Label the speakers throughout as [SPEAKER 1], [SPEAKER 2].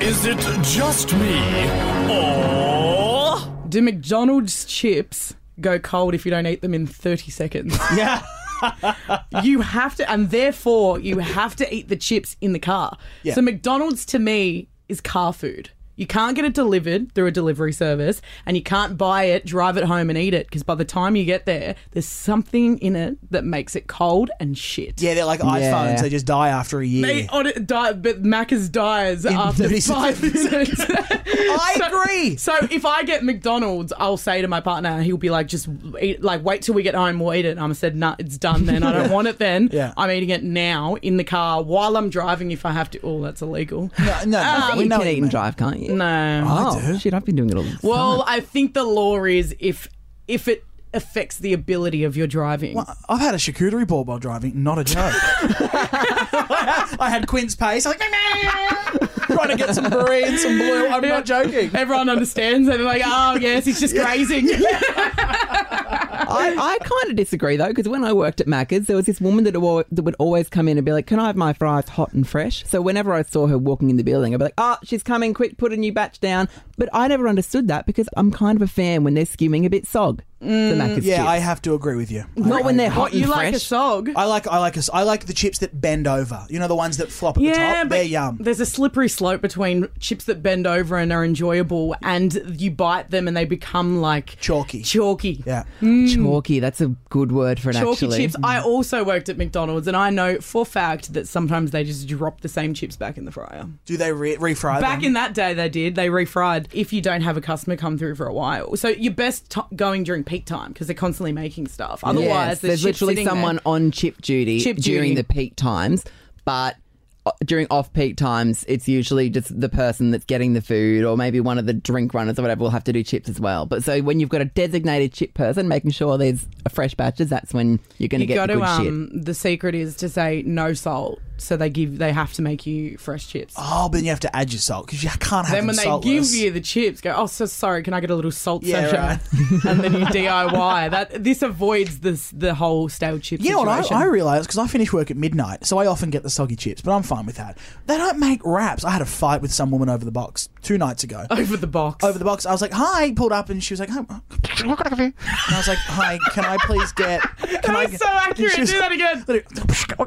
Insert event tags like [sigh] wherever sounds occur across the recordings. [SPEAKER 1] Is it just me, or
[SPEAKER 2] Do McDonald's chips go cold if you don't eat them in 30
[SPEAKER 3] [laughs]
[SPEAKER 2] seconds?
[SPEAKER 3] Yeah.
[SPEAKER 2] you have to, and therefore you have to eat the chips in the car.
[SPEAKER 3] Yeah.
[SPEAKER 2] So McDonald's to me is car food. You can't get it delivered through a delivery service, and you can't buy it, drive it home, and eat it because by the time you get there, there's something in it that makes it cold and shit.
[SPEAKER 3] Yeah, they're like iPhones. They just die after a year.
[SPEAKER 2] They on it die, but Macca's dies after
[SPEAKER 3] 30
[SPEAKER 2] five minutes.
[SPEAKER 3] [laughs]
[SPEAKER 2] [laughs]
[SPEAKER 3] I agree.
[SPEAKER 2] So if I get McDonald's, I'll say to my partner, he'll be like, just eat, like wait till we get home, we'll eat it. And I'm said, nah, it's done then. I don't want it then.
[SPEAKER 3] [laughs] Yeah.
[SPEAKER 2] I'm eating it now in the car while I'm driving if I have to. Oh, that's illegal.
[SPEAKER 3] No, no,
[SPEAKER 2] Ah,
[SPEAKER 3] we
[SPEAKER 2] you
[SPEAKER 3] know
[SPEAKER 4] can
[SPEAKER 3] what
[SPEAKER 4] eat
[SPEAKER 3] you
[SPEAKER 4] and
[SPEAKER 3] mean.
[SPEAKER 4] drive, can't you?
[SPEAKER 2] No.
[SPEAKER 4] Oh,
[SPEAKER 3] do.
[SPEAKER 4] shit, I've been doing it all the
[SPEAKER 2] well,
[SPEAKER 4] time.
[SPEAKER 2] I think the law is if if it affects the ability of your driving.
[SPEAKER 3] I've had a charcuterie board while driving. Not a [laughs] joke. I had Quinn's pace. I'm like, trying to get some brie and some blue. I'm not joking.
[SPEAKER 2] [laughs] Everyone understands and they're like, oh yes, he's
[SPEAKER 3] [laughs]
[SPEAKER 2] just grazing.
[SPEAKER 4] I, I kind of disagree, though, because when I worked at Macca's, there was this woman that, awa- that would always come in and be like, Can I have my fries hot and fresh? So whenever I saw her walking in the building, I'd be like, Ah, she's coming, quick, put a new batch down. But I never understood that because I'm kind of a fan when they're skimming a bit sog, the Macca's
[SPEAKER 3] Yeah,
[SPEAKER 4] chips.
[SPEAKER 3] I have to agree with you.
[SPEAKER 4] Not when they're hot
[SPEAKER 2] what you
[SPEAKER 4] and
[SPEAKER 2] like a
[SPEAKER 4] fresh.
[SPEAKER 2] sog.
[SPEAKER 3] I like I like us- I like the chips that bend over. You know the ones that flop at the top. They're yum.
[SPEAKER 2] There's a slippery slope between chips that bend over and are enjoyable, and you bite them and they become like
[SPEAKER 3] Chalky.
[SPEAKER 2] Chalky.
[SPEAKER 3] Yeah.
[SPEAKER 4] Mm. Chalky, that's a good word for an
[SPEAKER 2] Chalky
[SPEAKER 4] actually.
[SPEAKER 2] chips. I also worked at McDonald's, and I know for fact that sometimes they just drop the same chips back in the fryer.
[SPEAKER 3] Do they re- refry
[SPEAKER 2] Back
[SPEAKER 3] them?
[SPEAKER 2] in that day, they did. They refried if you don't have a customer come through for a while. So you're best t- going during peak time because they're constantly making stuff. Otherwise,
[SPEAKER 4] Yes, there's
[SPEAKER 2] chip
[SPEAKER 4] literally
[SPEAKER 2] sitting there.
[SPEAKER 4] someone on chip duty
[SPEAKER 2] Chip
[SPEAKER 4] during
[SPEAKER 2] duty.
[SPEAKER 4] the peak times, but uh, during off peak times, it's usually just the person that's getting the food or maybe one of the drink runners or whatever will have to do chips as well. But so when you've got a designated chip person making sure there's a fresh batches, that's when you're going to
[SPEAKER 2] You got
[SPEAKER 4] get the
[SPEAKER 2] to
[SPEAKER 4] good
[SPEAKER 2] um. The secret is to say no salt, so they give they have to make you fresh chips.
[SPEAKER 3] Oh, but then you have to add your salt because you can't have
[SPEAKER 2] Then
[SPEAKER 3] them
[SPEAKER 2] when they
[SPEAKER 3] saltless.
[SPEAKER 2] give you the chips, go, oh, so sorry, can I get a little salt
[SPEAKER 3] Yeah,
[SPEAKER 2] sachet? [laughs] and then you DIY. That This avoids this the whole stale chip
[SPEAKER 3] You know what?
[SPEAKER 2] situation.
[SPEAKER 3] I, I realised because I finish work at midnight, so I often get the soggy chips, but I'm fine with that. They don't make wraps. I had a fight with some woman over the box two nights ago.
[SPEAKER 2] Over the box.
[SPEAKER 3] Over the box, I was like, "Hi," pulled up, and she was like, "Hi," and I was like, "Hi, can I please get?" Can I
[SPEAKER 2] was
[SPEAKER 3] get-"
[SPEAKER 2] so
[SPEAKER 3] And she
[SPEAKER 2] accurate.
[SPEAKER 3] was-
[SPEAKER 2] Do that again.
[SPEAKER 3] I'm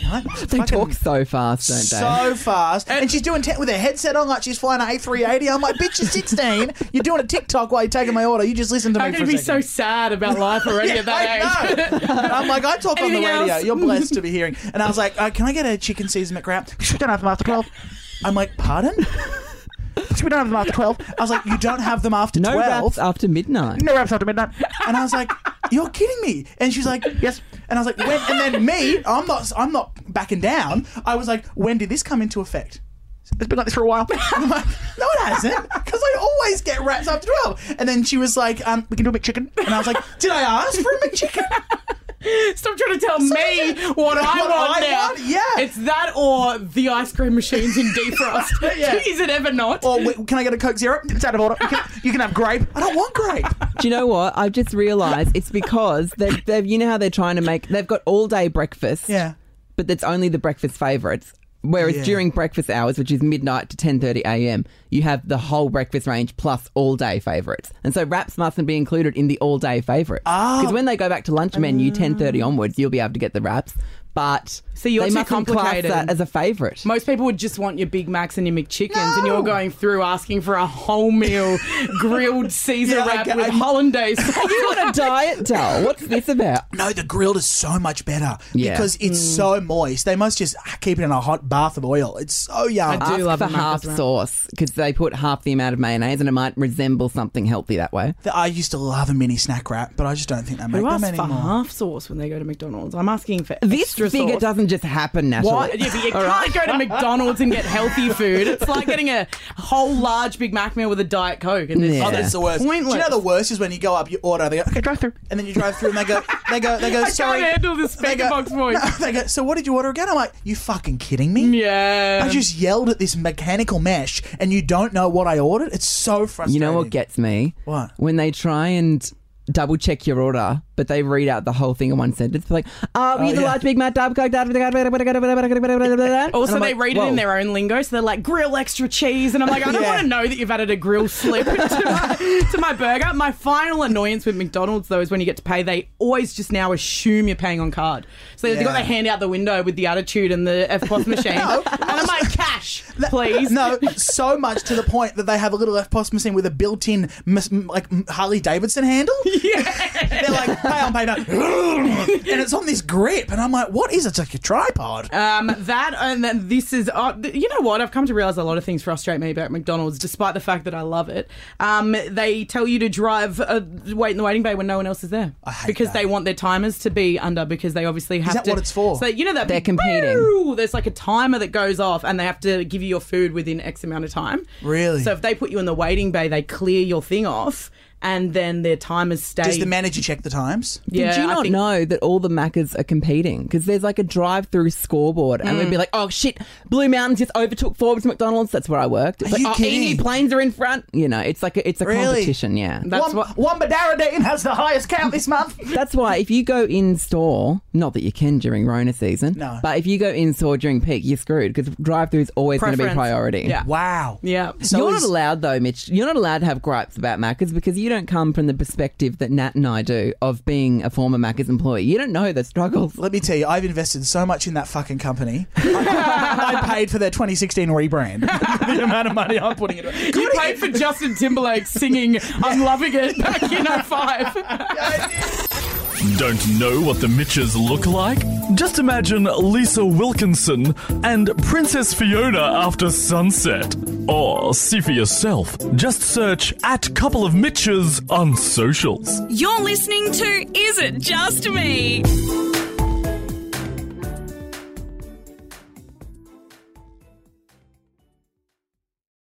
[SPEAKER 2] [laughs]
[SPEAKER 3] "Hi."
[SPEAKER 4] shit. They talk so fast, don't they?
[SPEAKER 3] so fast, and, she's doing te- with her headset on, like she's flying an A380. I'm like, "Bitch, you're 16. You're doing a TikTok while you're taking my order. You just listen to
[SPEAKER 2] I'm
[SPEAKER 3] me."
[SPEAKER 2] going
[SPEAKER 3] for
[SPEAKER 2] to
[SPEAKER 3] a
[SPEAKER 2] be so
[SPEAKER 3] second.
[SPEAKER 2] sad about life
[SPEAKER 3] [laughs]
[SPEAKER 2] already at that age.
[SPEAKER 3] I know. I'm like, I talk on the
[SPEAKER 2] Anything
[SPEAKER 3] radio.
[SPEAKER 2] else?
[SPEAKER 3] You're blessed to be hearing. And I was like, uh, can I get a chicken Caesar McWrap? We don't have them after 12. I'm like, pardon? We don't have them after 12. I was like, you don't have them after
[SPEAKER 4] No
[SPEAKER 3] 12?
[SPEAKER 4] wraps after midnight.
[SPEAKER 3] No wraps after midnight. And I was like, you're kidding me. And she's like, yes. And I was like, when? And then me, I'm not, I'm not backing down. I was like, when did this come into effect? It's been like this for a while. [laughs] I'm like, no, it hasn't, because I always get wraps after twelve. And then she was like, um, "We can do a McChicken," and I was like, "Did I ask for a
[SPEAKER 2] [laughs]
[SPEAKER 3] McChicken?"
[SPEAKER 2] Stop trying to tell me what I
[SPEAKER 3] What
[SPEAKER 2] want
[SPEAKER 3] I
[SPEAKER 2] now.
[SPEAKER 3] want, yeah.
[SPEAKER 2] It's that or the ice cream machines in defrost.
[SPEAKER 3] [laughs] Yeah.
[SPEAKER 2] Is it ever not?
[SPEAKER 3] Or wait, can I get a Coke Zero? It's out of order. You can, you can have grape. I don't want grape.
[SPEAKER 4] Do you know what? I've just realised it's because they've, they've, you know how they're trying to make, they've got all day breakfast.
[SPEAKER 3] Yeah.
[SPEAKER 4] but that's only the breakfast favourites. Whereas
[SPEAKER 3] Yeah.
[SPEAKER 4] during breakfast hours, which is midnight to ten thirty a.m., you have the whole breakfast range plus all day favourites, and so wraps mustn't be included in the all day favourites.
[SPEAKER 2] Ah.
[SPEAKER 4] Because when they go back to lunch menu ten thirty onwards, you'll be able to get the wraps. But
[SPEAKER 2] So you're
[SPEAKER 4] they
[SPEAKER 2] too
[SPEAKER 4] mustn't class
[SPEAKER 2] complicated.
[SPEAKER 4] that as a favourite. [laughs]
[SPEAKER 2] Most people would just want your Big Macs and your McChickens, and you're going through asking for a whole meal
[SPEAKER 3] [laughs]
[SPEAKER 2] grilled Caesar
[SPEAKER 3] Yeah, I
[SPEAKER 2] wrap
[SPEAKER 3] get-
[SPEAKER 2] with
[SPEAKER 3] I- [laughs]
[SPEAKER 2] hollandaise
[SPEAKER 4] Are
[SPEAKER 2] sauce.
[SPEAKER 4] you on a diet, doll? What's this about?
[SPEAKER 3] No, the grilled is so much better
[SPEAKER 4] Yeah.
[SPEAKER 3] because it's so moist. They must just keep it in a hot bath of oil. It's so yum.
[SPEAKER 2] I do
[SPEAKER 4] Ask
[SPEAKER 2] love
[SPEAKER 4] for
[SPEAKER 2] a Macca's
[SPEAKER 4] half
[SPEAKER 2] wrap.
[SPEAKER 4] sauce because they put half the amount of mayonnaise, and it might resemble something healthy that way.
[SPEAKER 3] Th- I used to love a mini snack wrap, but I just don't think they make
[SPEAKER 2] Who
[SPEAKER 3] them
[SPEAKER 2] asks for
[SPEAKER 3] anymore.
[SPEAKER 2] half sauce when they go to McDonald's? I'm asking for
[SPEAKER 4] This
[SPEAKER 2] extra
[SPEAKER 4] figure
[SPEAKER 2] sauce.
[SPEAKER 4] doesn't just happen naturally.
[SPEAKER 2] What? Yeah, but you can't go to McDonald's and get healthy food. It's like getting a whole large Big Mac meal with a Diet Coke, and
[SPEAKER 4] Yeah.
[SPEAKER 3] Oh,
[SPEAKER 2] it's
[SPEAKER 3] that's the worst.
[SPEAKER 2] Pointless.
[SPEAKER 3] Do you know the worst is when you go up, you order, they go, okay, drive through, and then you drive through, and they go, they go, they go,
[SPEAKER 2] [laughs] I
[SPEAKER 3] sorry,
[SPEAKER 2] can't handle this
[SPEAKER 3] They
[SPEAKER 2] speaker
[SPEAKER 3] go-
[SPEAKER 2] box voice.
[SPEAKER 3] No, [laughs] they go, so what did you order again? I'm like, you fucking kidding me?
[SPEAKER 2] Yeah.
[SPEAKER 3] I just yelled at this mechanical mesh, and you don't know what I ordered. It's so frustrating.
[SPEAKER 4] You know what gets me?
[SPEAKER 3] What?
[SPEAKER 4] When they try and double check your order, but they read out the whole thing in one sentence. They're like, uh, we
[SPEAKER 3] Oh,
[SPEAKER 4] need the
[SPEAKER 3] yeah.
[SPEAKER 4] large Big Mac, double Coke, double Coke, double Coke, double Coke, double Coke, double Coke, double Coke, double Coke."
[SPEAKER 2] Also,
[SPEAKER 4] And
[SPEAKER 2] Oh, they
[SPEAKER 4] I'm like,
[SPEAKER 2] read it
[SPEAKER 4] "Whoa."
[SPEAKER 2] in their own lingo, so they're like grill extra cheese, and I'm like, I don't
[SPEAKER 3] Yeah.
[SPEAKER 2] want to know that you've added a grill slip to my, to my burger. My final annoyance with McDonald's though is when you get to pay, they always just now assume you're paying on card. So they've got
[SPEAKER 3] Yeah.
[SPEAKER 2] their hand out the window with the attitude and the FPOS machine,
[SPEAKER 4] [laughs] Oh,
[SPEAKER 2] and I'm like, cash, please.
[SPEAKER 3] [laughs] No, so much to the point that they have a little FPOS machine with a built-in mis- m- like Harley Davidson handle.
[SPEAKER 2] [laughs] Yeah.
[SPEAKER 3] They're like pay on pay now, [laughs] and it's on this grip, and I'm like, what is it? It's like a tripod.
[SPEAKER 2] Um, that and then this is, uh, th- you know what? I've come to realize a lot of things frustrate me about McDonald's, despite the fact that I love it. Um, they tell you to drive, uh, wait in the waiting bay when no one else is there
[SPEAKER 3] hate
[SPEAKER 2] because
[SPEAKER 3] that.
[SPEAKER 2] they want their timers to be under because they obviously have
[SPEAKER 3] that
[SPEAKER 2] to.
[SPEAKER 3] what it's for?
[SPEAKER 2] So you know that
[SPEAKER 4] They're
[SPEAKER 2] big
[SPEAKER 4] competing.
[SPEAKER 2] boo, there's like a timer that goes off, and they have to give you your food within X amount of time.
[SPEAKER 3] Really?
[SPEAKER 2] So if they put you in the waiting bay, they clear your thing off, and then their timers stay.
[SPEAKER 3] Does the manager check the times?
[SPEAKER 2] yeah,
[SPEAKER 4] Did you
[SPEAKER 2] I
[SPEAKER 4] not
[SPEAKER 2] think-
[SPEAKER 4] know that all the Maccas are competing? Because there's like a drive-through scoreboard, and
[SPEAKER 3] Mm.
[SPEAKER 4] we'd be like, "Oh shit, Blue Mountains just overtook Forbes McDonald's." That's where I worked. It's
[SPEAKER 3] Are
[SPEAKER 4] like,
[SPEAKER 3] you
[SPEAKER 4] "Oh,
[SPEAKER 3] kidding?"
[SPEAKER 4] Emu Plains are in front. You know, it's like a, it's a
[SPEAKER 3] Really?
[SPEAKER 4] competition. Yeah,
[SPEAKER 2] That's
[SPEAKER 3] Wom- Wombadaradine has the highest count this month.
[SPEAKER 4] That's why if you go in store, not that you can during Rona season,
[SPEAKER 3] No.
[SPEAKER 4] but if you go in store during peak, you're screwed because drive through is always going to be
[SPEAKER 2] Preference.
[SPEAKER 4] priority.
[SPEAKER 2] Yeah.
[SPEAKER 3] [laughs] Wow.
[SPEAKER 2] Yeah.
[SPEAKER 3] So
[SPEAKER 4] you're
[SPEAKER 3] is-
[SPEAKER 4] not allowed though, Mitch. You're not allowed to have gripes about Macca's because you don't come from the perspective that Nat and I do of being a former Macca's employee. You don't know the struggles.
[SPEAKER 3] Let me tell you, I've invested so much in that fucking company. [laughs] I paid for their 2016 rebrand. [laughs] the amount of money I'm putting into it.
[SPEAKER 2] You paid for Justin Timberlake singing
[SPEAKER 3] [laughs]
[SPEAKER 2] I'm Loving It back in 05.
[SPEAKER 1] Don't know what the Mitches look like? Just imagine Lisa Wilkinson and Princess Fiona after sunset. Or see for yourself. Just search at couple of Mitches on socials.
[SPEAKER 5] You're listening to Is It Just Me?